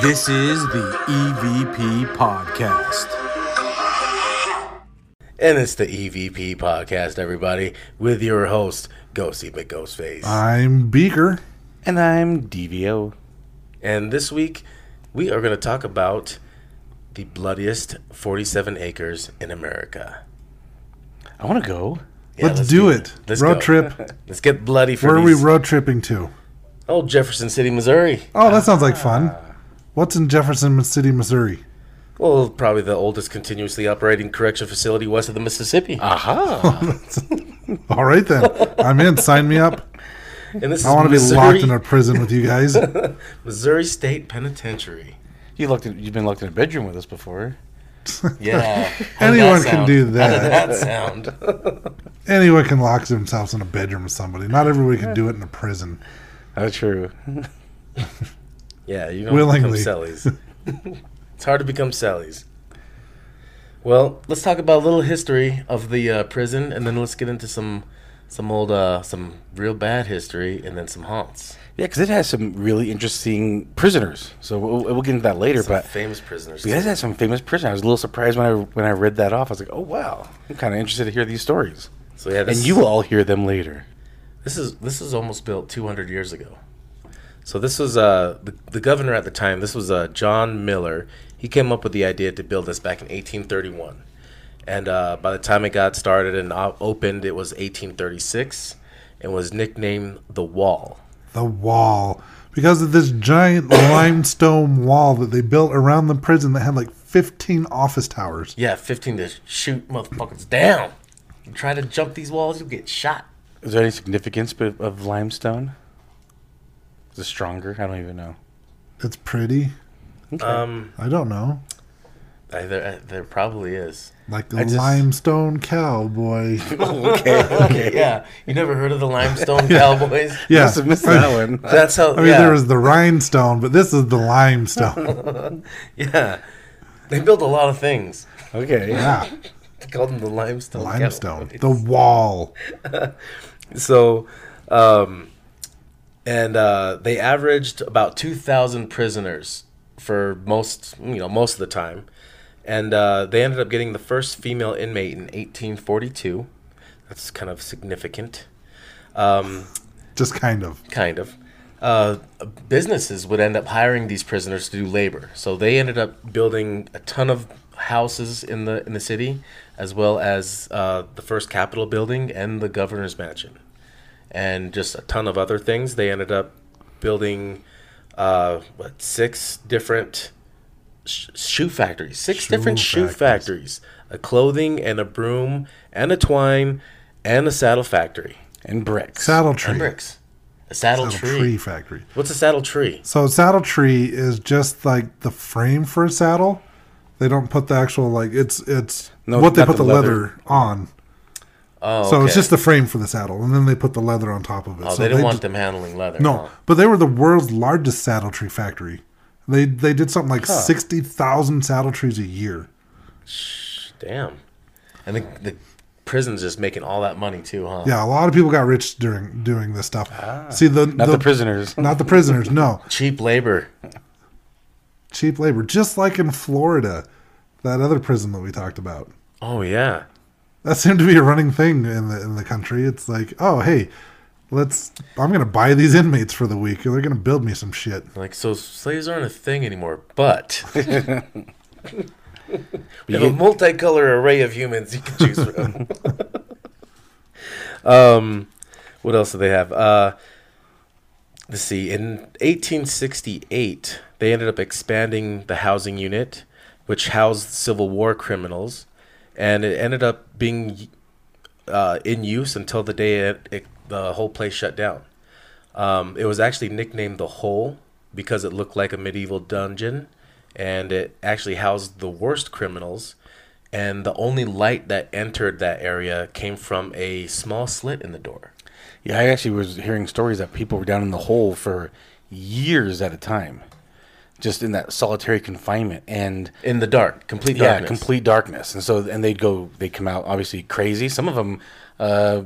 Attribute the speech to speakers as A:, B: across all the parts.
A: This is the EVP Podcast.
B: And it's the EVP podcast, everybody, with your host, Ghosty McGhostface.
C: I'm Beaker.
D: And I'm DVO.
B: and this week, we are going to talk about the bloodiest 47 acres in America.
D: I want to go.
B: Yeah,
C: let's, do it.
B: Let's
C: road
B: go.
C: trip.
B: Let's get bloody for
C: Where are we
B: these-
C: road tripping to?
B: Oh, Jefferson City, Missouri.
C: Oh, that sounds like fun.
B: Ah.
C: What's in Jefferson City, Missouri?
B: Well, probably the oldest continuously operating correction facility west of the Mississippi.
C: Uh,
D: Aha.
C: All right then, I'm in. Sign me up.
B: and this
C: I want to
B: is
C: be
B: Missouri,
C: locked in a prison with you guys.
B: Missouri State Penitentiary.
D: you looked. In, you've been locked in a bedroom with us before.
B: Yeah. How'd that
C: Anyone can
B: sound?
C: do
B: How did
C: that.
B: that sound?
C: Anyone can lock themselves in a bedroom with somebody. Not everybody can do it in a prison.
D: That's true.
B: Yeah, you don't
C: Willingly.
B: become sellies. it's hard to become sellies. Well, let's talk about a little history of the uh, prison, and then let's get into some some old uh, some real bad history, and then some haunts,
D: Yeah, because it has some really interesting prisoners. So we'll, we'll get into that later.
B: some
D: but
B: famous prisoners.
D: you guys
B: too.
D: had some famous prisoners. I was a little surprised when I when I read that off. I was like, oh wow. I'm kind of interested to hear these stories.
B: So yeah, this,
D: And you will all hear them later.
B: this is this is almost built 200 years ago. So this was uh, the, the governor at the time. This was uh, John Miller. He came up with the idea to build this back in 1831, and uh, by the time it got started and o- opened, it was 1836, and was nicknamed the Wall.
C: The wall, because of this giant limestone wall that they built around the prison that had like 15 office towers.
B: Yeah, 15 to shoot motherfuckers down. You try to jump these walls, you get shot.
D: Is there any significance b- of limestone? Is it stronger? I don't even know.
C: It's pretty.
B: Um,
C: I don't know.
B: I, Uh, there, I- there probably is.
C: Like a
B: I just-
C: limestone cowboy.
B: okay, okay. Yeah, you never heard of the Limestone Cowboys?
C: Yeah.
D: Must have missed that one.
B: That's how.
C: I mean,
B: yeah.
C: there was the rhinestone, but this is the limestone.
B: Yeah. They built a lot of things.
D: Okay.
C: yeah,
B: They called them the limestone.
C: limestone.
B: Cowboys.
C: The wall.
B: So, um, and uh, they averaged about 2,000 prisoners for most, you know, most of the time. And uh, they ended up getting the first female inmate in 1842. That's kind of significant. Um,
C: Just kind of.
B: kind of. Uh, businesses would end up hiring these prisoners to do labor, so they ended up building a ton of houses in the in the city, as well as uh, the first Capitol building and the governor's mansion, and just a ton of other things. They ended up building uh, what six different sh- shoe factories, six
C: Shoe
B: different shoe
C: factories.
B: factories, a clothing and a broom and a twine and a saddle factory
D: And bricks.
C: Saddle tree.
B: and bricks, a saddle,
C: Saddle
B: tree.
C: tree. factory.
B: What's a saddle tree?
C: So saddle tree is just like the frame for a saddle. They don't put the actual like it's it's
D: No,
C: what they
D: not
C: put the,
D: the
C: leather.
D: leather.
C: on.
B: Oh,
C: So
B: okay.
C: it's just the frame for the saddle, and then they put the leather on top of it.
B: Oh,
C: so
B: they didn't want
C: just-
B: them handling leather.
C: No,
B: huh?
C: but they were the world's largest saddle tree factory. They they did something like sixty thousand saddle trees a year.
B: Damn. And the, the prison's just making all that money too, huh?
C: Yeah, a lot of people got rich during doing this stuff.
B: Ah.
C: See the
D: Not the prisoners.
C: not the prisoners. No,
B: Cheap labor.
C: cheap labor, just like in Florida, that other prison that we talked about.
B: Oh yeah.
C: That seemed to be a running thing in the in the country. It's like, oh hey, let's. I'm gonna buy these inmates for the week. They're gonna build me some shit.
B: Like so, slaves aren't a thing anymore. But we have a
D: You-
B: multicolor array of humans you can choose from. um, what else do they have? Uh, let's see. In 1868, they ended up expanding the housing unit, which housed Civil War criminals, and it ended up being uh, in use until the day it, it, the whole place shut down. Um, it was actually nicknamed the Hole because it looked like a medieval dungeon, and it actually housed the worst criminals. And the only light that entered that area came from a small slit in the door.
D: Yeah, I actually was hearing stories that people were down in the hole for years at a time, just in that solitary confinement and
B: In the dark, complete
D: yeah,
B: darkness.
D: complete darkness. And so, and they'd go, they would come out obviously crazy. Some of them, uh,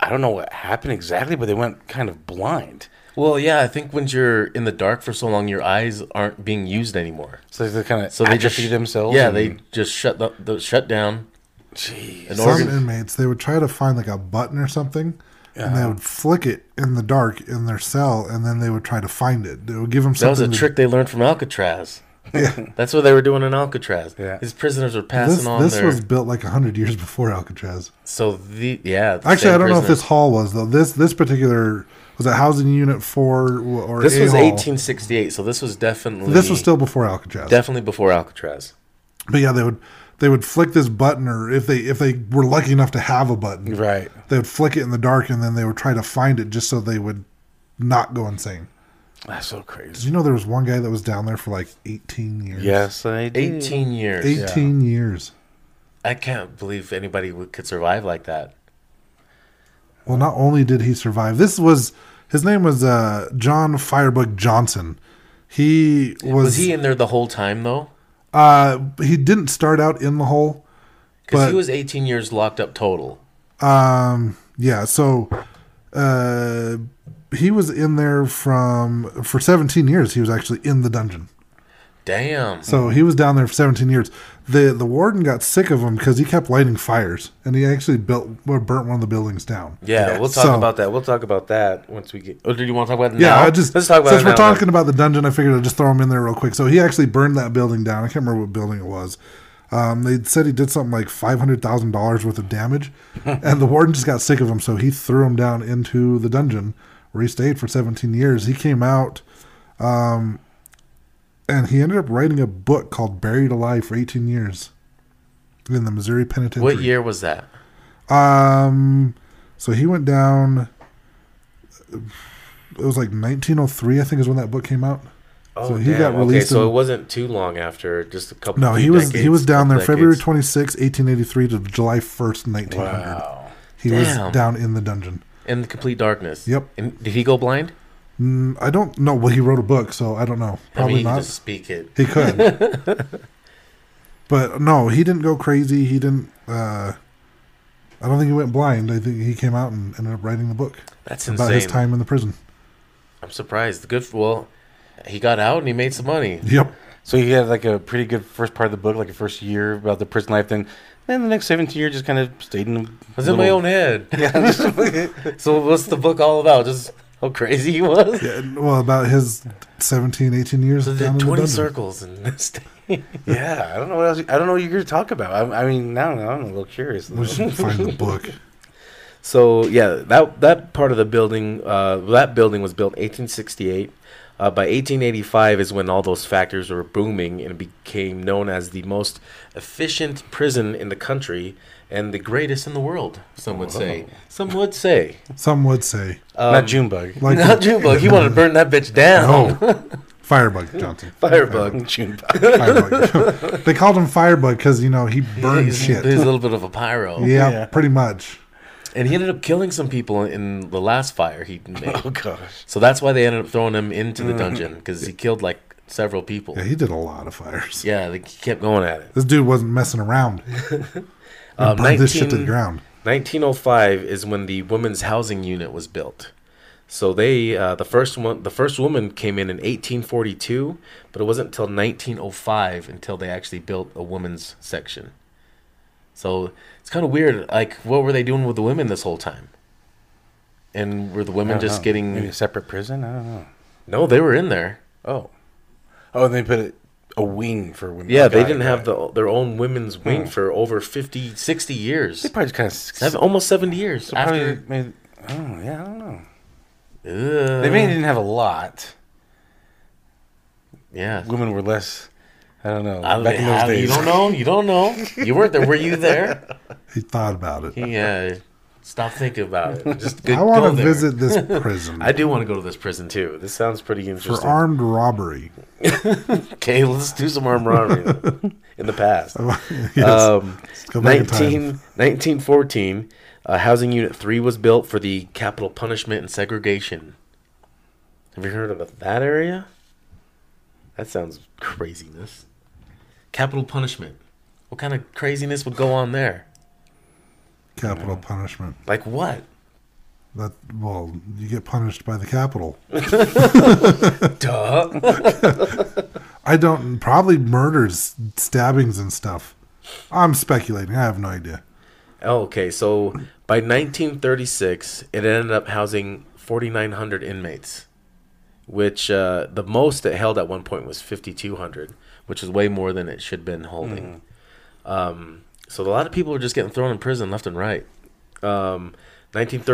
D: I don't know what happened exactly, but they went kind of blind.
B: Well, yeah, I think when you're in the dark for so long, your eyes aren't being used anymore.
D: So they kind of
B: So they just
D: themselves.
B: Yeah,
D: and-
B: they just shut the, the shut down.
D: Jeez.
B: An
C: Some
B: organ.
C: inmates they would try to find like a button or something, and
B: Uh-huh.
C: they would flick it in the dark in their cell, and then they would try to find it. It would give them
B: That was a
C: something. to-
B: trick they learned from Alcatraz. That's what they were doing in Alcatraz.
D: Yeah.
B: His prisoners were passing
C: This,
B: on
C: this
B: their.
C: was built like hundred years before Alcatraz.
B: So the yeah. the
C: Actually,
B: same
C: I don't know if
B: prisoners.
C: this hall was though. This this particular was it housing unit four or
B: This
C: a
B: was
C: hall?
B: 1868, so this was definitely
C: This was still before Alcatraz.
B: definitely before Alcatraz.
C: But yeah, they would they would flick this button, or if they if they were lucky enough to have a button,
D: Right.
C: they would flick it in the dark, and then they would try to find it just so they would not go insane.
D: That's so crazy.
C: Did you know there was one guy that was down there for like eighteen years?
D: Yes, I do.
B: 18 years.
C: eighteen years.
B: I can't believe anybody would- could survive like that.
C: Well, not only did he survive, this was his name was uh, John Firebug Johnson. He was,
B: Was he in there the whole time though?
C: uh, he didn't start out in the hole.
B: Because
C: But-
B: he was 18 years locked up total.
C: Um, yeah, so uh, he was in there from for 17 years. He was actually in the dungeon.
B: Damn.
C: So he was down there for 17 years. The the warden got sick of him because he kept lighting fires, and he actually built or burnt one of the buildings down.
B: yeah, we'll talk
C: So-
B: about that. We'll talk about that once we get. Oh, did you want to talk about it
C: Yeah,
B: now?
C: I just
B: let's talk about
C: since
B: it
C: we're
B: now, then.
C: talking about the dungeon, I figured I'd just throw him in there real quick. So he actually burned that building down. I can't remember what building it was. Um, they said he did something like five hundred thousand dollars worth of damage, and the warden just got sick of him, so he threw him down into the dungeon where he stayed for seventeen years. He came out, um, and he ended up writing a book called "Buried Alive" for eighteen years in the Missouri Penitentiary.
B: What year was that?
C: Um, so he went down. It was like 1903, I think, is when that book came out.
B: Oh,
C: So he got
B: damn. Okay,
C: released
B: so
C: in-
B: it wasn't too long after, just a couple.
C: No,
B: few
C: he was he
B: decades,
C: was down there
B: couple
C: February
B: decades.
C: 26, 1883 to July 1st, 1900.
D: Wow.
C: He
B: Damn.
C: was down in the dungeon.
B: in the complete darkness.
C: Yep.
B: And did he go blind?
C: Mm, I don't know. Well, he wrote a book, so I don't know. Probably
B: I mean, he
C: not.
B: could just speak it.
C: He could. but no, he didn't go crazy. He didn't. Uh, I don't think he went blind. I think he came out and ended up writing the book
B: That's
C: about his
B: insane.
C: time in the prison.
B: I'm surprised. Good. For, well, he got out and he made some money.
C: Yep.
D: So he had like a pretty good first part of the book, like a first year about the prison life. Then, then the next seventeen years just kind of stayed in. the
B: I was in my own head. so what's the book all about? Just how crazy he was.
C: Yeah, well, about his 17, 18 years
B: So they did
C: down in the
B: 20
C: dungeon.
B: circles in this day.
D: Yeah, I don't know what else. I don't know what you're going to talk about. I, I mean, now now I'm a little curious.
C: We should find the book.
B: So yeah, that that part of the building, uh, that building was built 1868. Uh, by 1885 is when all those factors were booming and it became known as the most efficient prison in the country and the greatest in the world. Some would say. Some would say.
C: Some would say,
D: Not Junebug.
C: like
B: Not Junebug. He wanted to burn that bitch down.
C: no, Firebug Johnson.
B: Firebug.
D: Junebug.
C: Firebug. they called him Firebug because you know he burned
B: He's,
C: shit.
B: he's a little bit of a pyro.
C: yeah,
D: Yeah.
C: pretty much.
B: And he ended up killing some people in the last fire he made.
D: Oh gosh.
B: So that's why they ended up throwing him into the dungeon because he killed like several people.
C: Uh-huh. Yeah, he did a lot of fires.
B: Yeah, they kept going at it.
C: This dude wasn't messing around.
B: Uh,
C: Burned this shit to
B: 19
C: the ground.
B: 1905 is when the women's housing unit was built. So they, uh, the first one, the first woman came in in 1842, but it wasn't until 1905 until they actually built a women's section. So it's kind of weird. Like, what were they doing with the women this whole time? And were the women just getting?
D: Maybe a separate prison. I don't know.
B: No, they were in there.
D: Oh. Oh, and they put a, a wing for women.
B: Yeah, they
D: Okay,
B: didn't
D: got
B: have
D: it.
B: the, their own women's wing for over 50, 60 years.
D: They probably just kind of.
B: Seven- almost 70 years.
D: Probably
B: after,
D: made, oh yeah, I don't know.
B: Ugh.
D: They maybe didn't have a lot.
B: yeah.
D: Women were less. I don't know.
B: I-
D: back in those
B: I-
D: days.
B: You don't know. You don't know. You weren't there. Were you there?
C: He thought about it.
B: Yeah. Stop thinking about it. Just go,
C: I want
B: go
C: to
B: there.
C: visit this prison
B: I do want to go to this prison too. This sounds pretty
C: for
B: interesting.
C: armed robbery.
B: okay, let's do some armed robbery then. in the past.
C: Yes.
B: Um,
C: go back in
B: 19
C: time.
B: 1914, uh, Housing Unit 3 was built for the capital punishment and segregation. Have you heard of that area? That sounds craziness. Capital punishment. What kind of craziness would go on there?
C: Capital punishment.
B: Like what?
C: That well, you get punished by the capital.
B: Duh.
C: I don't probably murders, stabbings, and stuff. I'm speculating. I have no idea.
B: Oh, okay, so by 1936, it ended up housing 4,900 inmates, which uh, the most it held at one point was 5,200, which is way more than it should have been holding.
D: Hmm.
B: Um, so a lot of people are just getting thrown in prison left and right. Um,
D: There's some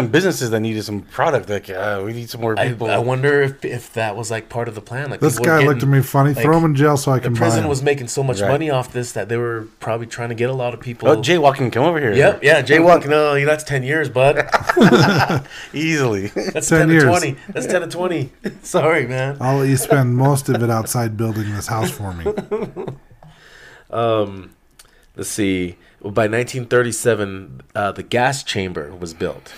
B: 1937.
D: businesses that needed some product. Like uh, we need some more
B: I,
D: people.
B: I wonder if, if that was like part of the plan. Like
C: This
B: people were
C: guy looked at
B: getting-
C: me funny. Throw
B: like,
C: him in jail so I
B: The
C: can buy
B: prison
C: him.
B: was making so much
D: Right.
B: money off this that they were probably trying to get a lot of people.
D: oh, jaywalking, come over here.
B: Yep, yeah, jaywalking. No, that's ten years, bud.
D: easily.
B: That's
C: 10
B: 10,
C: years.
B: to 20. That's 10 to 20. Sorry, man.
C: I'll let you spend most of it outside building this house for me.
B: Let's see. Well, by 1937, uh, the gas chamber was built.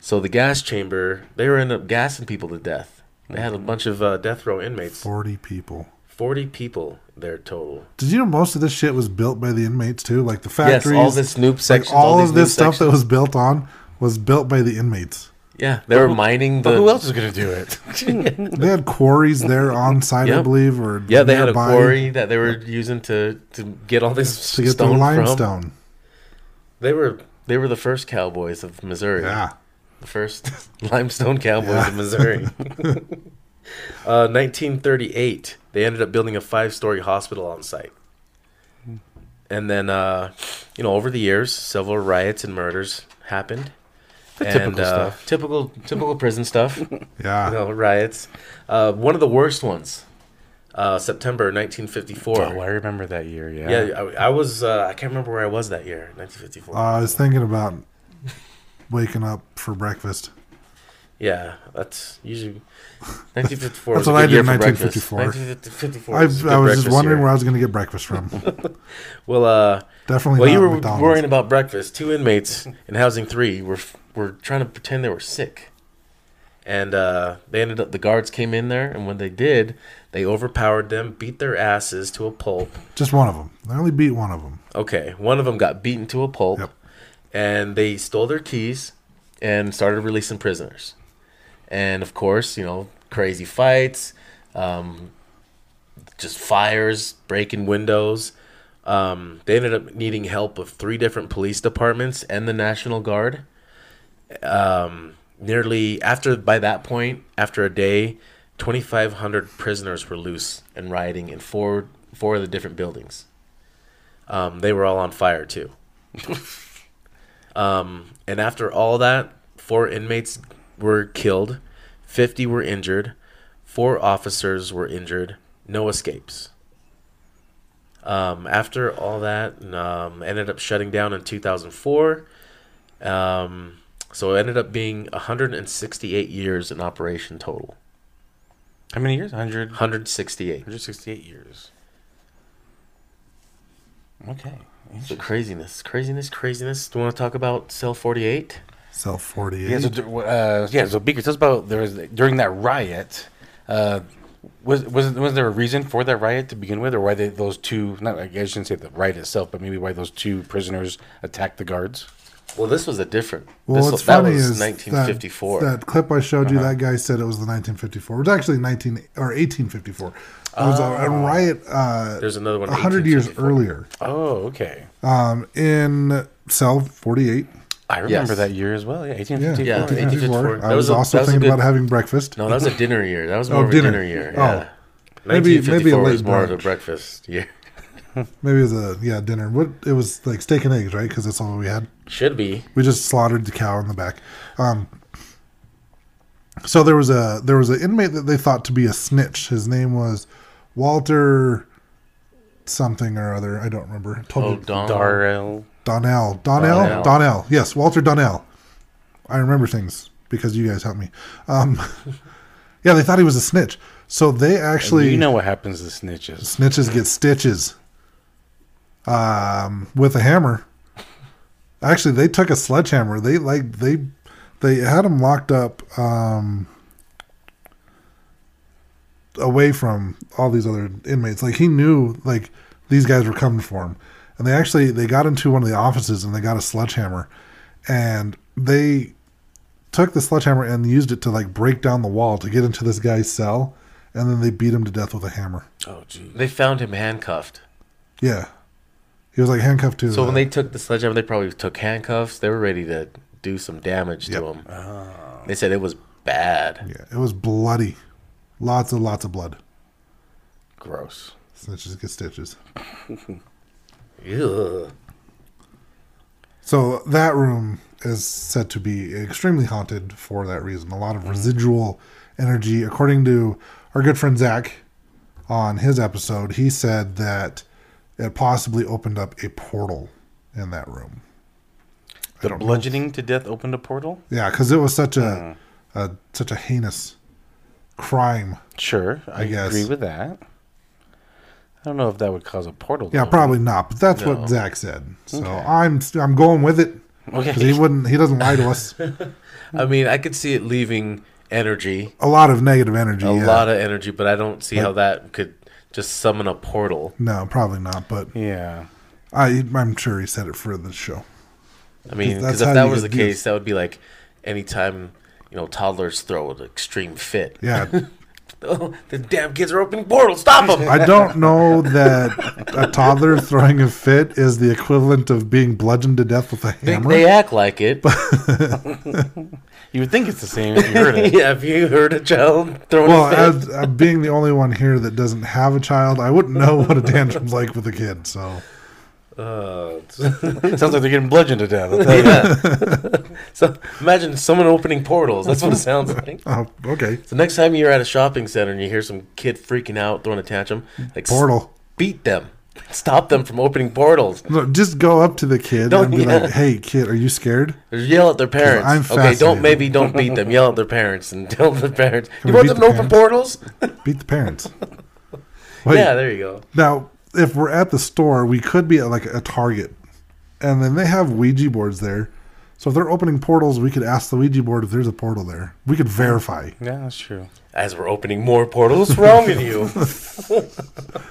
B: So the gas chamber, they were end up gassing people to death. They had a bunch of uh, death row inmates.
C: Forty people.
B: 40 people there total.
C: Did you know most of this shit was built by the inmates too? Like the factories.
B: yes, all this Snoop
C: like
B: sections.
C: all,
B: these
C: of this
B: noob
C: stuff that
B: sections.
C: was built on was built by the inmates.
B: Yeah, they were mining the.
D: But who else is gonna do it?
C: They had quarries there on site, I
B: Yep.
C: believe, or
B: Yeah, they had a
C: nearby
B: quarry that they were using to, to get all this
C: to get the
B: stone from.
C: limestone.
B: They were they were the first cowboys of Missouri.
C: Yeah,
B: The first limestone cowboys of Missouri. uh, 1938, they ended up building a five-story hospital on site. And then, uh, you know, over the years, several riots and murders happened.
D: The
B: and,
D: typical
B: uh,
D: stuff.
B: Typical, typical prison stuff. you
C: yeah.
B: know, riots. Uh, one of the worst ones, uh, September 1954.
D: Oh, I remember that year. Yeah.
B: Yeah, I, I was. Uh, I can't remember where I was that year, 1954.
C: Uh, I was thinking about waking up for breakfast.
B: Yeah, that's usually 1954.
C: That's
B: was a
C: what I
B: good
C: did
B: year
C: in
B: for breakfast.
C: 1954.
B: 1954.
C: I, I
B: was a good
C: was just
B: breakfast
C: wondering
B: year.
C: where I was going to get breakfast from.
B: Well, uh,
C: Definitely.
B: well,
C: not
B: you were
C: McDonald's.
B: worrying about breakfast. Two inmates in housing three were f- were trying to pretend they were sick, and uh, they ended up. The guards came in there, and when they did, they overpowered them, beat their asses to a pulp.
C: Just one of them. I only beat one of them.
B: Okay, one of them got beaten to a pulp,
C: Yep.
B: and they stole their keys and started releasing prisoners. And of course, you know, crazy fights, um, just fires, breaking windows. Um, they ended up needing help of three different police departments and the National Guard. Um, nearly after by that point, after a day, 2,500 prisoners were loose and rioting in four four of the different buildings. Um, they were all on fire too. um, and after all that, four inmates were killed, 50 were injured, four officers were injured, no escapes. Um, after all that, um, ended up shutting down in 2004. Um, so it ended up being 168 years in operation total.
D: How many years? 100,
B: 168.
D: 168 years. Okay.
B: So craziness, craziness, craziness. Do you want to talk about cell 48?
C: Self 48.
D: Yeah. So d- w- uh, yeah. So Beaker, tell us about there was during that riot. Uh, was was was there a reason for that riot to begin with, or why they, those two? Not I guess I shouldn't say the riot itself, but maybe why those two prisoners attacked the guards.
B: Well, this was a different.
C: well,
B: this,
C: what's
B: that
C: funny
B: was Uh-huh.
C: is
B: 1954.
C: That, that clip I showed you, that guy said it was the 1954. It was actually 19 or 1854. It was a, a
B: Oh.
C: riot uh,
B: There's another one.
C: 100 years
B: 1854.
C: earlier
D: Oh, okay.
C: um, in cell 48.
D: I remember
B: Yes.
D: that year as well. Yeah,
C: Yeah,
D: 1854.
B: Yeah, 1854.
C: I
B: That
C: was,
B: was a-
C: also
B: that was a
C: thinking
B: good-
C: about having breakfast.
B: No, that was a dinner year. That was more of a
C: dinner.
B: dinner, year.
C: Oh.
B: Yeah.
C: Maybe- maybe a
B: 1954 was
C: late
B: more of a
C: brunch.
B: breakfast year.
C: Maybe it was a yeah dinner. What it was like steak and eggs, right? Because that's all we had.
B: Should be.
C: We just slaughtered the cow in the back. Um, so there was a there was an inmate that they thought to be a snitch. His name was Walter something or other. I don't remember. Told
B: Oh,
C: you-
B: Don.
D: Darrell.
C: Donnell. Donnell. Donnell.
B: Donnell.
C: Yes, Walter Donnell. I remember things because you guys helped me. Um, yeah, they thought he was a snitch. So they actually
D: You know what happens to snitches.
C: snitches get stitches um, with a hammer. Actually, they took a sledgehammer. They like they they had him locked up um, away from all these other inmates. Like he knew like these guys were coming for him, and they actually they got into one of the offices and they got a sledgehammer, and they took the sledgehammer and used it to like break down the wall to get into this guy's cell, and then they beat him to death with a hammer.
D: Oh, gee.
B: They found him handcuffed.
C: Yeah, he was like handcuffed to.
B: So
C: the-
B: when they took the sledgehammer, they probably took handcuffs. They were ready to do some damage
C: Yep.
B: to him. They said it was bad.
C: yeah, it was bloody, lots and lots of blood.
D: Gross.
C: Snitches get stitches.
B: Ugh.
C: So that room is said to be extremely haunted for that reason. A lot
B: Mm.
C: of residual energy, according to our good friend Zach on his episode, he said that it possibly opened up a portal in that room.
D: The bludgeoning to death opened a portal?
C: Yeah, because it was such
B: Mm.
C: a, a such a heinous crime.
D: Sure. I,
C: I guess.
D: agree with that. I don't know if that would cause a portal.
C: Yeah,
D: though.
C: probably not. But that's what Zach said. So I'm I'm going with it
D: Okay.
C: because he wouldn't he doesn't lie to us.
B: I mean, I could see it leaving energy,
C: a lot of negative energy.
B: a
C: yeah.
B: lot of energy, but I don't see how that could just summon a portal.
C: no, probably not. But
D: Yeah.
C: I, I'm sure he said it for the show.
B: I mean,
C: that's
B: because
C: how
B: if that
C: you
B: was the
C: get views.
B: case, that would be like anytime you know toddlers throw an extreme fit.
C: Yeah,
B: Oh, the damn kids are opening portals. Stop them.
C: I don't know that a toddler throwing a fit is the equivalent of being bludgeoned to death with a
B: They,
C: hammer.
B: they act like it.
D: You would think it's the same if you heard it.
B: yeah, have you heard a child throwing
C: well,
B: a fit?
C: as, uh, being the only one here that doesn't have a child, I wouldn't know what a tantrum's like with a kid. So
B: Uh,
D: Sounds like they're getting bludgeoned to death.
B: Oh, yeah. so imagine someone opening portals. That's what it sounds like.
C: Oh, okay.
B: So next time you're at a shopping center and you hear some kid freaking out, throwing a tantrum, like s-
C: Portal.
B: beat them, stop them from opening portals.
C: No, just go up to the kid
B: Don't-
C: and be
B: yeah.
C: like, "Hey, kid, are you scared?"
B: Or yell at their parents.
C: I'm
B: okay, don't
C: fascinated.
B: maybe don't beat them. Yell at their parents and tell their parents.
C: Can
B: you
C: we
B: want
C: beat
B: them to
C: the
B: open
C: parents?"
B: portals?
C: Beat the parents. Wait,
B: Yeah, there you go.
C: Now, if we're at the store, we could be at like a Target, and then they have Ouija boards there. So if they're opening portals, we could ask the Ouija board if there's a portal there. We could verify.
D: Yeah, that's true.
B: As we're opening more portals, what's wrong with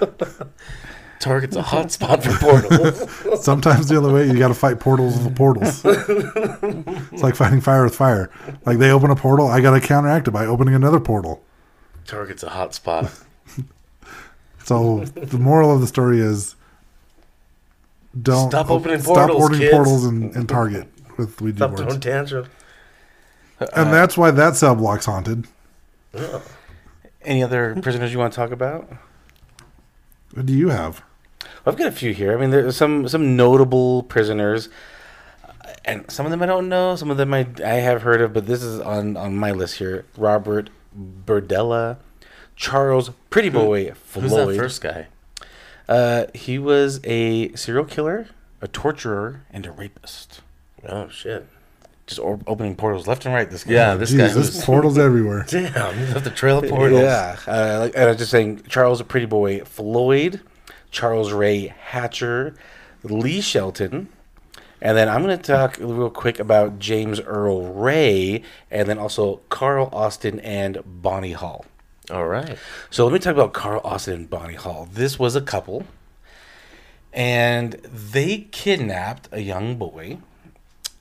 B: you? Target's a hot spot for portals.
C: Sometimes the other way, you got to fight portals with portals. it's like fighting fire with fire. Like they open a portal, I got to counteract it by opening another portal.
B: Target's a hot spot.
C: So the moral of the story is don't
B: Stop
C: op-
B: opening
C: stop
B: portals,
C: ordering
B: kids.
C: portals in, in Target with Ouija
B: Stop
C: boards.
B: throwing tantrum.
D: Uh,
B: Uh,
C: and that's why that cell block's haunted.
D: Any other prisoners you want to talk about?
C: What do you have?
D: I've got a few here. I mean, there's some some notable prisoners, and some of them I don't know. Some of them I I have heard of, but this is on on my list here: Robert Burdella, Charles Pretty Boy
B: Who's
D: Floyd.
B: that first guy?
D: Uh, he was a serial killer, a torturer, and a rapist.
B: Oh shit!
D: Just o- opening portals left and right. This guy.
B: Yeah, this
C: Jeez,
B: guy
C: there's
B: was
C: portals everywhere.
B: damn. You have to trail of portals.
D: Yeah, uh, like, and I was just saying Charles Pretty Boy Floyd, Charles Ray Hatcher, Lee Shelton, and then I'm going to talk real quick about James Earl Ray, and then also Carl Austin and Bonnie Hall.
B: All right.
D: So let me talk about Carl Austin and Bonnie Hall. This was a couple, and they kidnapped a young boy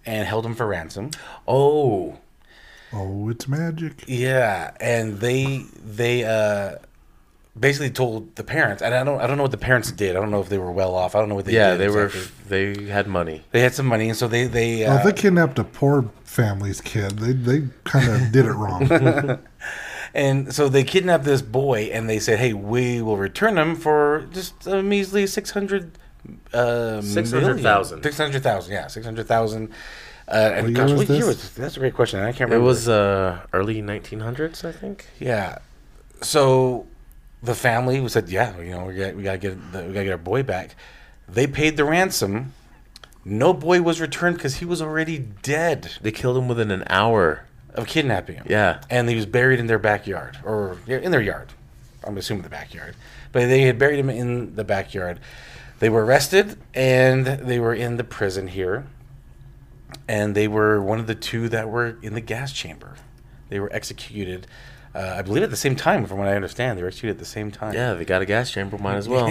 D: and held him for ransom.
B: Oh,
C: Oh, it's magic.
D: Yeah, and they they uh basically told the parents, and I don't I don't know what the parents did. I don't know if they were well off. I don't know what they
B: yeah.
D: did
B: They were.
D: exactly.
B: They had money.
D: they had some money, and so they they uh,
C: Well, if Oh, they kidnapped a poor family's kid, they they kind of did it wrong.
D: uh, and so they kidnapped this boy, and they said, "Hey, we will return him for just a measly six hundred uh,
B: 600,000.
D: six hundred thousand, yeah, six hundred thousand. Uh, and
C: What year
D: gosh,
C: was
D: what year
C: this?
D: was this? That's a great question. I can't
B: It
D: remember.
B: was uh, early 1900s, I think.
D: Yeah. So the family was said, "Yeah, you know, we got we got to get the, we got to get our boy back." They paid the ransom. No boy was returned because he was already dead
B: They killed him within an hour.
D: of kidnapping him.
B: Yeah.
D: and he was buried in their backyard or yeah, in their yard. I'm assuming the backyard, but they had buried him in the backyard. They were arrested and they were in the prison here, and they were one of the two that were in the gas chamber. They were executed, uh, I believe, at the same time. From what I understand, they were executed at the same time.
B: Yeah, they got a gas chamber. Might as well.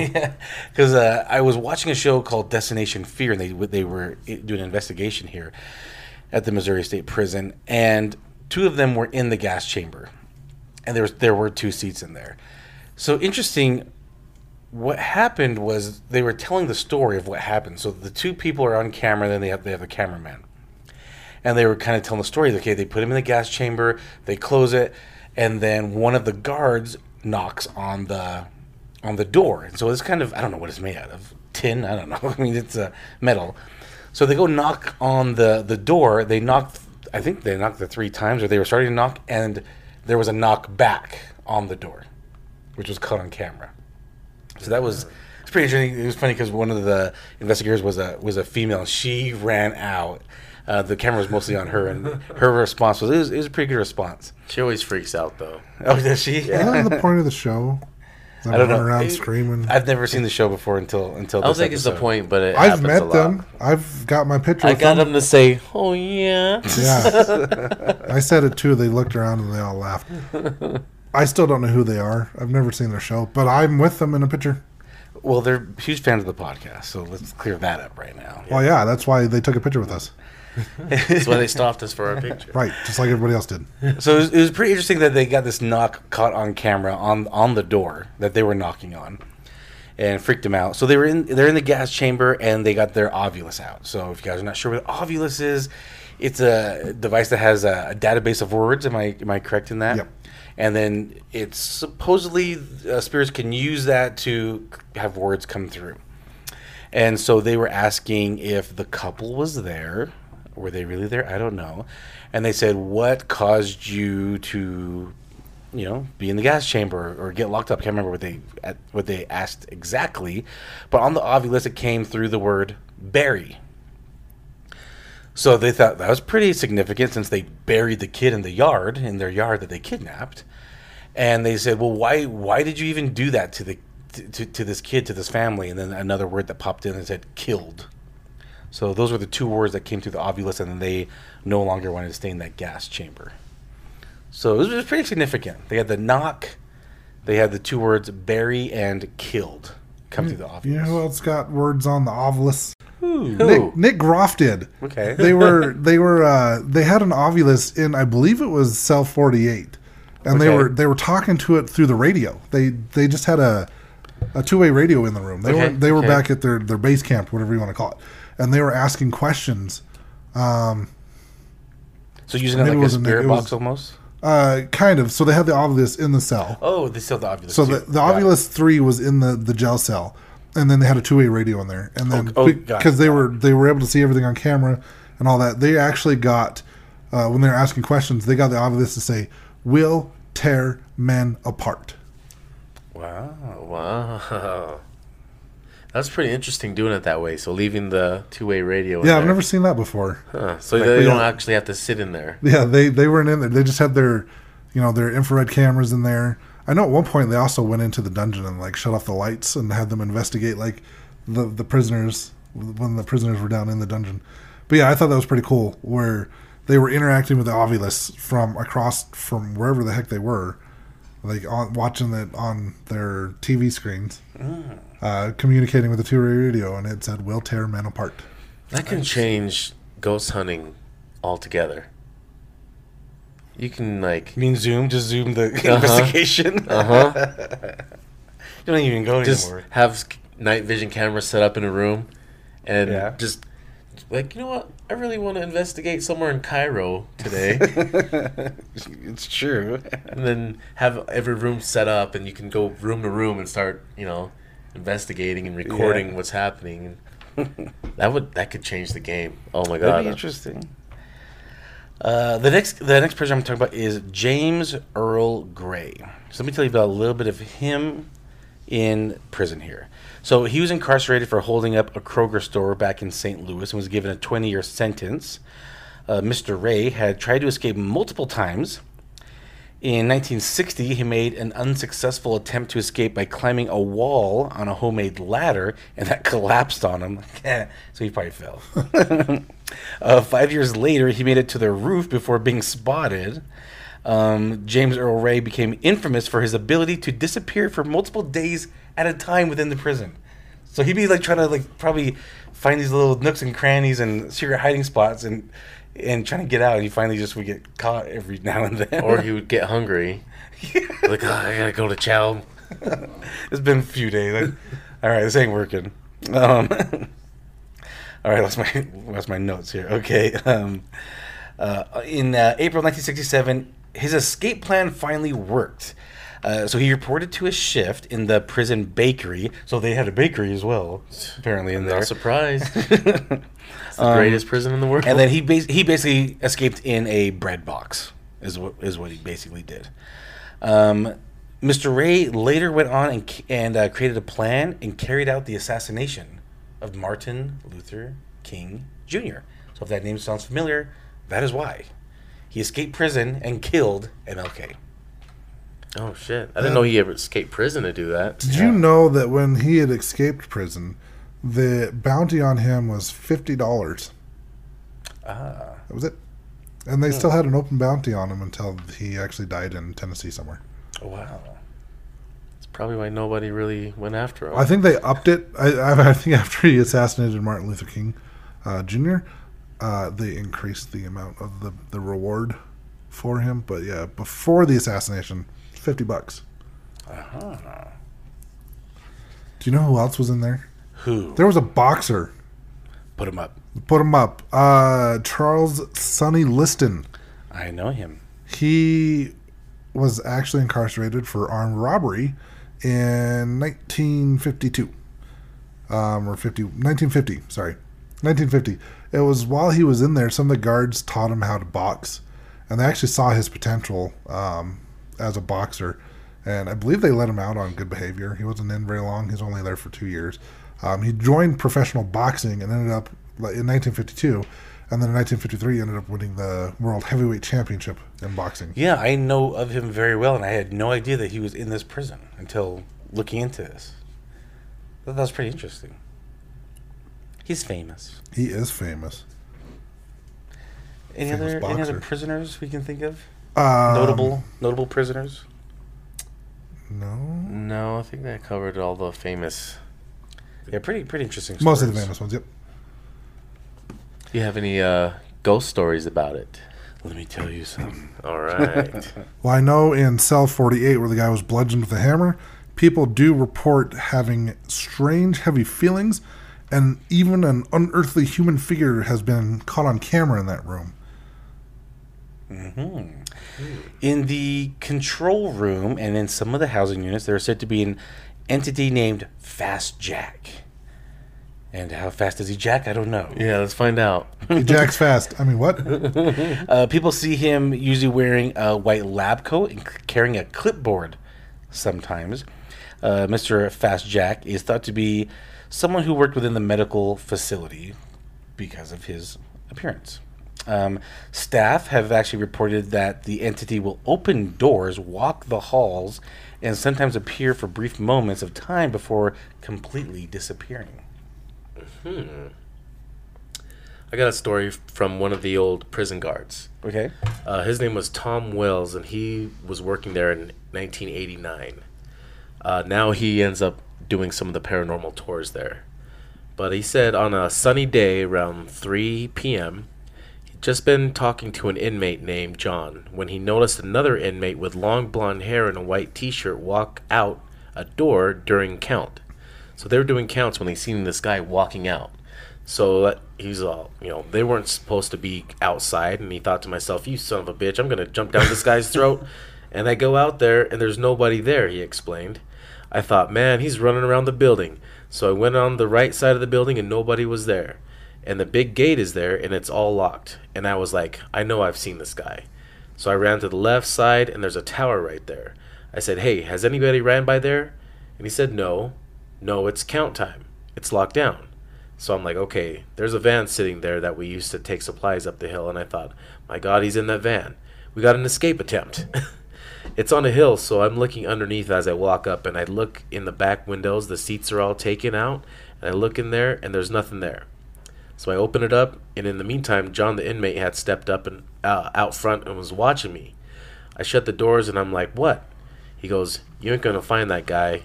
D: Because eh, uh, I was watching a show called Destination Fear, and they w- they were i- doing an investigation here, at the Missouri State Prison, and two of them were in the gas chamber, and there was, there were two seats in there. So interesting. What happened was they were telling the story of what happened. So the two people are on camera, then they have they have the cameraman and they were kind of telling the story. Okay, they put him in the gas chamber, they close it, and then one of the guards knocks on the on the door. And so it's kind of I don't know what it's made out of tin. I don't know. I mean, it's uh, metal. So they go knock on the the door. They knocked. I think they knocked the three times, or they were starting to knock, and there was a knock back on the door, which was caught on camera. So that was it's pretty interesting. It was funny because one of the investigators was a was a female. and She ran out. Uh, the camera was mostly on her, and her response was it was, it was a pretty good response.
B: She always freaks out though.
D: Oh, does she?
C: Isn't that the point of the show? Them
D: I don't know.
C: running around
D: It-
C: screaming.
D: I've never seen the show before until until.
B: I don't
D: this
B: think it's the
D: episode.
B: point, but it
C: I've
B: happens a
C: met
B: lot.
C: them. I've got my picture.
B: I
C: with
B: got
C: them.
B: them to say, "Oh yeah."
C: Yeah, I said it too. They looked around and they all laughed. I still don't know who they are. I've never seen their show, but I'm with them in a picture.
D: Well, they're huge fans of the podcast, so let's clear that up right now.
C: Well, yeah, that's why they took a picture with us,
B: That's why they stopped us for our picture.
C: right? Just like everybody else did.
D: So it was, it was pretty interesting that they got this knock caught on camera on on the door that they were knocking on, and freaked them out. So they were in they're in the gas chamber and they got their ovulus out. So if you guys are not sure what ovulus is, it's a device that has a, a database of words. Am I am I correct in that?
C: Yep.
D: And then it's supposedly uh, spirits can use that to have words come through. And so they were asking if the couple was there. Were they really there? I don't know. And they said, What caused you to, you know, be in the gas chamber or get locked up? can't remember what they at, what they asked exactly. But on the ovulus, it came through the word Barry. So they thought that was pretty significant since they buried the kid in the yard, in their yard that they kidnapped. And they said, "Well, why why did you even do that to the to, to this kid, to this family?" And then another word that popped in and said "killed." So those were the two words that came through the ovulus, and then they no longer wanted to stay in that gas chamber. So it was, it was pretty significant. They had the knock, they had the two words "bury" and "killed" come through the ovulus.
C: Hmm. You know who else got words on the ovulus?
D: Ooh.
C: Nick, Nick Groff did.
D: Okay.
C: They were they were uh, they had an ovulus in I believe it was cell forty eight, and they
D: Okay.
C: were they were talking to it through the radio. They they just had a a two way radio in the room. They
D: Okay,
C: were they were
D: okay.
C: back at their their base camp, whatever you want to call it, and they were asking questions.
D: So using
C: Maybe
D: it
C: it
D: like a
C: wasn't Nick,
D: spirit
C: it was-
D: box almost.
C: Uh, kind of. So they had the ovulus in the cell.
D: Oh, they still have the ovulus.
C: So
D: too.
C: the, the
D: Got it.
C: Ovulus three was in the, the gel cell, and then they had a two way radio in there, and then
D: Oh, oh, got it,
C: because they were they were able to see everything on camera and all that, they actually got uh, when they were asking questions, they got the Ovulus to say, "Will tear men apart."
D: Wow.
B: Wow. That's pretty interesting doing it that way. So leaving the two-way radio. in
C: Yeah, I've
B: there.
C: never seen that before.
B: Huh. So they
C: we
B: don't
C: don't-
B: actually have to sit in there.
C: Yeah, they they weren't in there. They just had their you know their infrared cameras in there. I know at one point they also went into the dungeon and like shut off the lights and had them investigate like the the prisoners when the prisoners were down in the dungeon. But yeah, I thought that was pretty cool where they were interacting with the Ovulus from across from wherever the heck they were, like on, watching it on their TV screens, uh, communicating with the two-way radio, and it said "Will tear men apart."
B: That can change ghost hunting altogether. You can like
D: You mean Zoom? Just Zoom the Uh-huh. investigation.
B: Uh huh.
D: You don't even go
B: Just
D: anymore.
B: have s- night vision cameras set up in a room, and
D: Yeah.
B: just like you know what, I really want to investigate somewhere in Cairo today,
D: It's true.
B: and then have every room set up, and you can go room to room and start you know investigating and recording what's happening. that would that could change the game. Oh my
D: That'd be
B: god!
D: interesting. Uh, the next, the next person I'm talking about is James Earl Gray. So let me tell you about a little bit of him in prison here. So he was incarcerated for holding up a Kroger store back in St. Louis and was given a 20-year sentence. Uh, Mr. Ray had tried to escape multiple times. In 1960, he made an unsuccessful attempt to escape by climbing a wall on a homemade ladder, and that collapsed on him. so he probably fell. uh, five years later, he made it to the roof before being spotted. Um, James Earl Ray became infamous for his ability to disappear for multiple days at a time within the prison. So he'd be like trying to like probably find these little nooks and crannies and secret hiding spots, and and trying to get out. And he finally just would get caught every now and then.
B: or he would get hungry. like, "Oh, I gotta go to chow.
D: it's been a few days. Like, all right, this ain't working. Um, all right, lost my lost my notes here. Okay, um, uh, in uh, April 1967, his escape plan finally worked. Uh, so he reported to a shift in the prison bakery. So they had a bakery as well, apparently in
B: No
D: there.
B: surprise. it's the greatest prison in the world.
D: Um, And then he bas- he basically escaped in a bread box. Is what is what he basically did. Um, Mr. Ray later went on and c- and uh, created a plan and carried out the assassination of Martin Luther King Jr. So if that name sounds familiar, that is why he escaped prison and killed MLK.
B: oh shit! I didn't know he ever escaped prison to do that.
C: Did you know that when he had escaped prison, the bounty on him was fifty dollars? Ah, that was it. And they still had an open bounty on him until he actually died in Tennessee somewhere.
D: Wow.
B: That's probably why nobody really went after him.
C: I think they upped it. I, I, I think after he assassinated Martin Luther King uh, Jr., uh, they increased the amount of the, the reward for him. But yeah, before the assassination, fifty bucks.
D: Uh-huh.
C: Do you know who else was in there?
D: Who
C: There was a boxer.
D: put him up?
C: Put him up. Uh, Charles Sonny Liston.
D: I know him.
C: He was actually incarcerated for armed robbery in 1952. Um, or 50, 1950, sorry. 1950. It was while he was in there, some of the guards taught him how to box. And they actually saw his potential um, as a boxer. And I believe they let him out on good behavior. He wasn't in very long, he was only there for two years. Um, he joined professional boxing and ended up like, in 1952. And then in 1953, he ended up winning the World Heavyweight Championship in boxing.
D: Yeah, I know of him very well, and I had no idea that he was in this prison until looking into this. That, that was pretty interesting. He's famous.
C: He is famous.
D: Any
C: Famous
D: other any other
C: boxer.
D: prisoners we can think of?
C: Um,
D: Notable notable prisoners.
C: No.
B: no, I think that covered all the famous.
D: Yeah, pretty pretty interesting.
C: Most of the
D: stories.
C: famous ones, yep.
B: Do you have any uh, ghost stories about it?
D: Let me tell you something.
B: All right.
C: Well, I know in cell 48, where the guy was bludgeoned with a hammer, people do report having strange, heavy feelings, and even an unearthly human figure has been caught on camera in that room.
D: In the control room and in some of the housing units, there is said to be an entity named Fast Jack. And how fast is he, Jack? I don't know.
B: yeah, let's find out.
C: He jacks fast. I mean, what?
D: Uh, people see him usually wearing a white lab coat and c- carrying a clipboard sometimes. Uh, Mr. Fast Jack is thought to be someone who worked within the medical facility because of his appearance. Um, staff have actually reported that the entity will open doors, walk the halls, and sometimes appear for brief moments of time before completely disappearing.
B: I got a story from one of the old prison guards.
D: Okay?
B: Uh, his name was Tom Wells, and he was working there in 1989. Uh, now he ends up doing some of the paranormal tours there. But he said on a sunny day around 3 p.m., he'd just been talking to an inmate named John when he noticed another inmate with long blonde hair and a white t shirt walk out a door during count. So they were doing counts when they seen this guy walking out. So that, he's all, you know, they weren't supposed to be outside. And he thought to myself, you son of a bitch, I'm going to jump down this guy's throat. And I go out there and there's nobody there, he explained. I thought, man, he's running around the building. So I went on the right side of the building and nobody was there. And the big gate is there and it's all locked. And I was like, I know I've seen this guy. So I ran to the left side and there's a tower right there. I said, Hey, has anybody ran by there? And he said, No. No, it's count time. It's locked down. So I'm like, okay, there's a van sitting there that we used to take supplies up the hill, and I thought, my God, he's in that van. We got an escape attempt. it's on a hill, so I'm looking underneath as I walk up, and I look in the back windows. The seats are all taken out, and I look in there, and there's nothing there. So I open it up, and in the meantime, John the inmate had stepped up and uh, out front and was watching me. I shut the doors, and I'm like, what? He goes, you ain't gonna find that guy.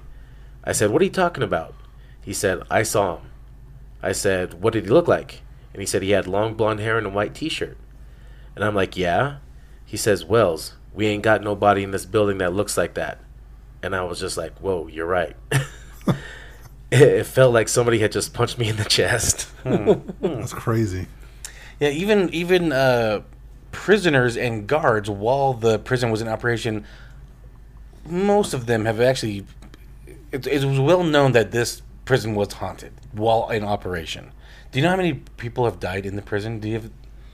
B: I said, what are you talking about? He said, I saw him. I said, What did he look like? And he said he had long blonde hair and a white t shirt. And I'm like, yeah. He says, Wells, we ain't got nobody in this building that looks like that. And I was just like, whoa, you're right. it, it felt like somebody had just punched me in the chest.
C: That's crazy.
D: Yeah, even even uh, prisoners and guards, while the prison was in operation, most of them have actually. It, it was well known that this prison was haunted while in operation. Do you know how many people have died in the prison? Do you have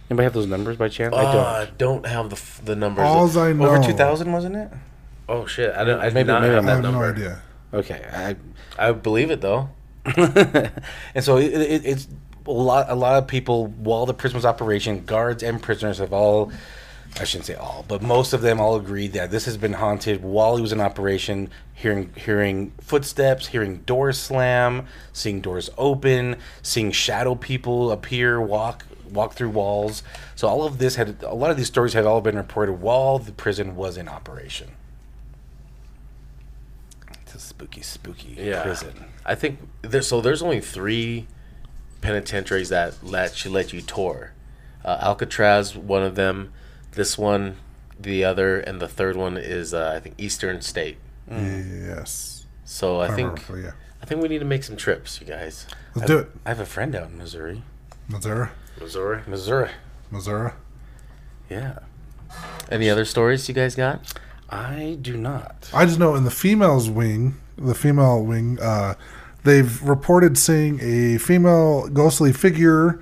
D: anybody have those numbers by chance?
B: I don't, I Ah, don't have the, f- the numbers.
C: All I know.
D: Over two thousand, wasn't it?
B: oh, shit. I, don't, I
D: Maybe-
B: maybe, not
D: maybe
B: have
D: I'm-
C: I
B: that
C: have
B: number.
C: no idea.
D: Okay, I,
B: I believe it, though.
D: and so it, it, it's a lot. A lot of people, while the prison was operation, guards and prisoners have all. I shouldn't say all, but most of them all agreed that this has been haunted while he was in operation, hearing hearing footsteps, hearing doors slam, seeing doors open, seeing shadow people appear, walk walk through walls. So all of this had a lot of these stories had all been reported while the prison was in operation. It's a spooky, spooky
B: Yeah.
D: prison.
B: I think there's so there's only three penitentiaries that let you let you tour. Uh, Alcatraz, one of them. This one, the other, and the third one is uh, I think Eastern State.
C: Yes.
B: So Mm. I,
C: I
B: think
C: remember, so yeah.
B: I think we need to make some trips, you guys.
C: Let's do it.
D: I have a friend out in Missouri.
C: Missouri.
B: Missouri.
D: Missouri.
C: Missouri.
D: Yeah.
B: Any other stories you guys got?
D: I do not.
C: I just know in the females wing, the female wing, uh, they've reported seeing a female ghostly figure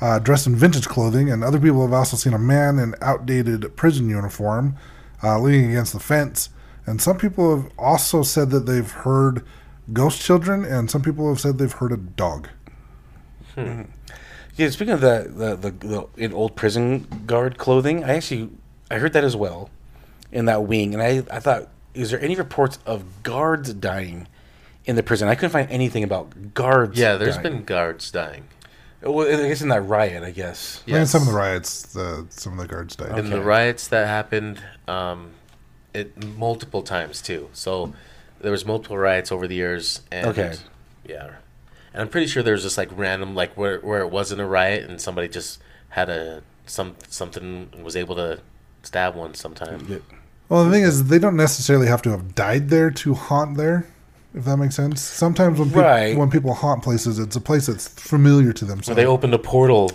C: uh, dressed in vintage clothing, and other people have also seen a man in outdated prison uniform uh, leaning against the fence. And some people have also said that they've heard ghost children, and some people have said they've heard a dog.
D: Yeah, speaking of the the, the, the in old prison guard clothing, I actually I heard that as well in that wing, and I, I thought, is there any reports of guards dying in the prison? I couldn't find anything about guards.
B: Yeah, there's
D: dying.
B: been guards dying.
D: Well, I guess in that riot, I guess.
C: I think in some of
B: Yes.
C: the riots, the, some of the guards died.
B: in the riots that happened um, it multiple times too. So there was multiple riots over the years. And,
D: Okay.
B: Yeah, and I'm pretty sure there was just like random like where where it wasn't a riot and somebody just had a some something and was able to stab one sometime.
D: Yeah.
C: Well, the thing is, they don't necessarily have to have died there to haunt there, if that makes sense. Sometimes when, peop
D: Right.
C: when people haunt places, it's a place that's familiar to them. So
B: Or they opened a portal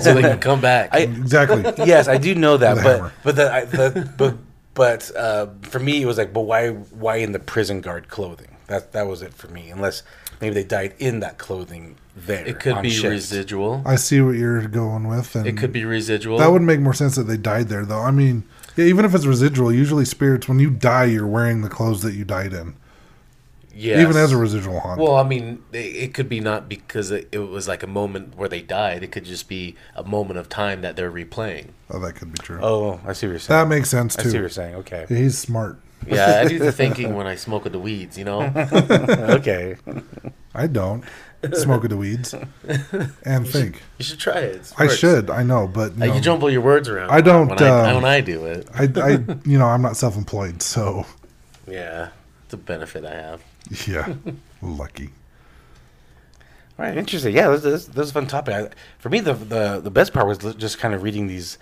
B: so they can come back.
D: I-
C: exactly.
D: yes, I do know that,
C: With a
D: but
C: hammer.
D: but the, I, the but but uh, for me it was like, but why why in the prison guard clothing? That that was it for me. Unless maybe they died in that clothing there.
B: it
C: Oh,
B: could
D: on
B: be
D: shift.
B: residual.
C: I see what you're going with, and
B: It could be residual.
C: that would make more sense that they died there, though. I mean, yeah, even if it's residual, usually spirits when you die, you're wearing the clothes that you died in,
B: yes.
C: even as a residual haunt.
B: Well, I mean, it, it could be not because it, it was like a moment where they died. It could just be a moment of time that they're replaying.
C: oh, that could be true.
D: Oh, I see what you're saying.
C: that makes sense
D: I see what
C: too.
D: you're saying. Okay.
C: Yeah, He's smart.
B: Yeah, I do the thinking when I smoke with the weeds, you know?
D: okay.
C: I don't smoke the weeds and think.
B: You should try it. It's
C: I
B: works.
C: should. I know, but
B: Uh,
C: no.
B: You jumble your words around.
C: I don't,
B: When I,
C: um,
B: when I do it.
C: I, I, you know, I'm not self-employed, so
B: Yeah, it's a benefit I have.
C: yeah, lucky.
D: All right. Interesting. Yeah, this, this, this is a fun topic. I, for me, the, the the best part was li- just kind of reading these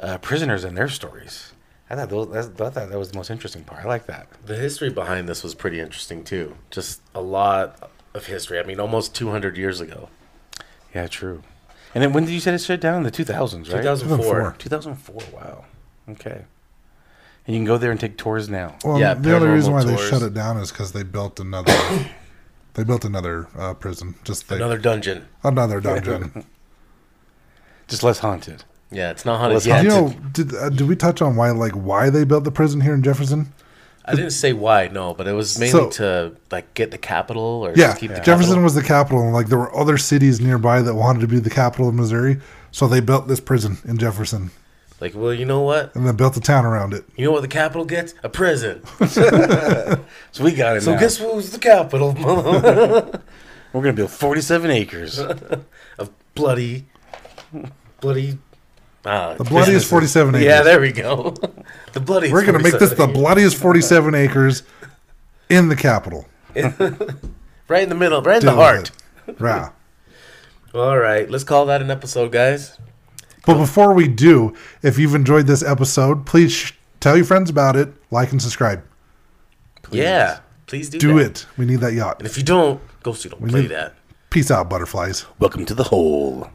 D: uh, prisoners and their stories. I thought, those, that's, I thought that was the most interesting part. I like that.
B: The history behind this was pretty interesting, too. Just a lot of history. I mean, almost 200 years ago.
D: Yeah, true. And then when did you say it shut down? In the 2000s, right?
B: 2004.
C: 2004.
D: 2004. Wow. Okay. And you can go there and take tours now.
C: Well,
B: Yeah,
C: the only
B: paranormal
C: reason why
B: tours.
C: they shut it down is because they built another. they built another uh, prison, just they, another
B: Another dungeon.
C: another dungeon.
D: Just less haunted.
B: Yeah, it's not haunted
D: Let's
B: yet.
C: you know, did uh, did we touch on why like why they built the prison here in Jefferson?
B: I didn't say why, no, but it was mainly
C: So-
B: to, like, get the capital or
C: Yeah,
B: keep the
C: Jefferson
B: capital.
C: was the capital, and like there were other cities nearby that wanted to be the capital of Missouri, so they built this prison in Jefferson,
B: Like, well, you know what?
C: and then built a town around it.
B: You know what the capital gets? A prison.
D: So we got it
B: So
D: now.
B: guess what was the capital
D: We're going to build 47 acres.
B: of bloody, bloody. Uh,
C: The bloodiest
D: Businesses.
C: forty-seven acres.
B: Yeah, there we go. the bloody.
C: We're going to make this the
B: 47.
C: bloodiest 47 acres in the capital.
B: right in the middle, right in
C: Deal
B: the
C: with
B: heart.
C: it. Rah.
B: All right, let's call that an episode, guys.
C: But before we do, if you've enjoyed this episode, please sh- tell your friends about it, like and subscribe.
B: Yeah, please do
C: Do
B: that.
C: it. We need that yacht.
B: And if you don't, go see don't play
C: need-
B: that.
C: Peace out, butterflies.
D: Welcome to the hole.